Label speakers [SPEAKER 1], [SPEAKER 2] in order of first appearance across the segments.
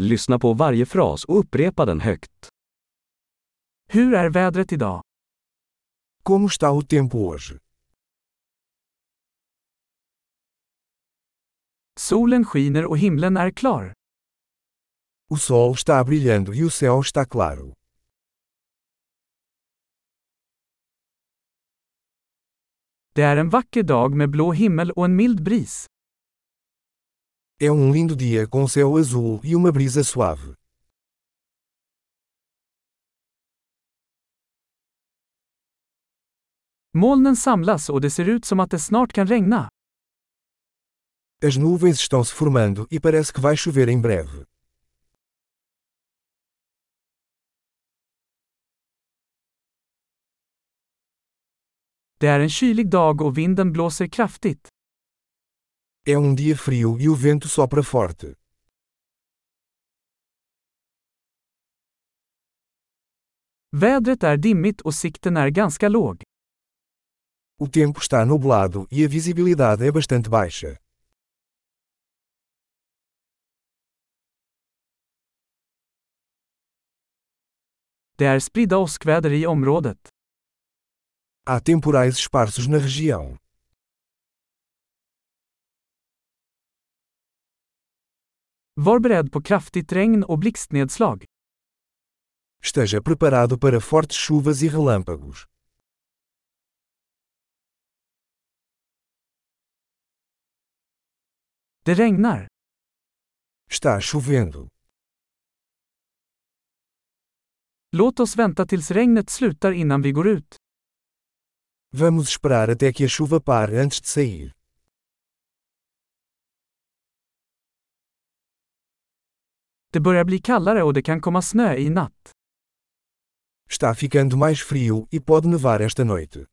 [SPEAKER 1] Lyssna på varje fras och upprepa den högt.
[SPEAKER 2] Hur är vädret idag?
[SPEAKER 3] Como está o tempo hoje?
[SPEAKER 2] Solen skiner och himlen är klar.
[SPEAKER 3] O sol está brilhando e o céu está claro.
[SPEAKER 2] Det är en vacker dag med blå himmel och en mild bris.
[SPEAKER 3] É um lindo dia com céu azul e uma brisa suave.
[SPEAKER 2] Molnen samlas och det ser ut som att det snart kan regna.
[SPEAKER 3] As nuvens estão se formando e parece que vai chover em breve.
[SPEAKER 2] Det är en kylig dag och vinden blåser kraftigt.
[SPEAKER 3] É um dia frio e o vento sopra forte.
[SPEAKER 2] Vädret är dimmigt och sikten är ganska låg.
[SPEAKER 3] O tempo está nublado e a visibilidade é bastante baixa.
[SPEAKER 2] Det är spridda åskväder i området.
[SPEAKER 3] Há temporais esparsos na região.
[SPEAKER 2] Var beredd på kraftigt regn och blixtnedslag.
[SPEAKER 3] Esteja preparado para fortes chuvas e relâmpagos.
[SPEAKER 2] Det regnar.
[SPEAKER 3] Está chovendo.
[SPEAKER 2] Låt oss vänta tills regnet slutar innan vi går ut.
[SPEAKER 3] Vamos esperar até que a chuva pare antes de sair.
[SPEAKER 2] Det börjar bli kallare och det kan komma snö i natt.
[SPEAKER 3] Está ficando mais frio e pode nevar esta noite.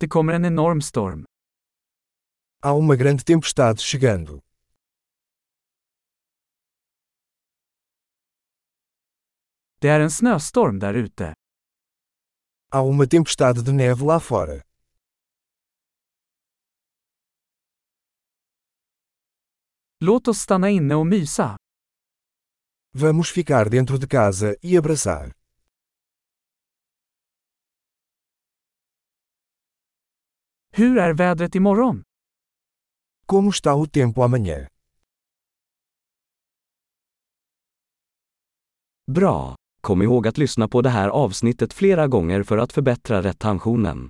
[SPEAKER 2] Det kommer en enorm storm.
[SPEAKER 3] Há uma grande tempestade chegando.
[SPEAKER 2] Det är en snöstorm där ute.
[SPEAKER 3] Há uma tempestade de neve lá fora.
[SPEAKER 2] Låt oss stanna inne och mysa.
[SPEAKER 3] Vamos ficar dentro de casa e abraçar.
[SPEAKER 2] Hur är vädret imorgon?
[SPEAKER 3] Como está o tempo amanhã?
[SPEAKER 1] Bra! Kom ihåg att lyssna på det här avsnittet flera gånger för att förbättra retentionen.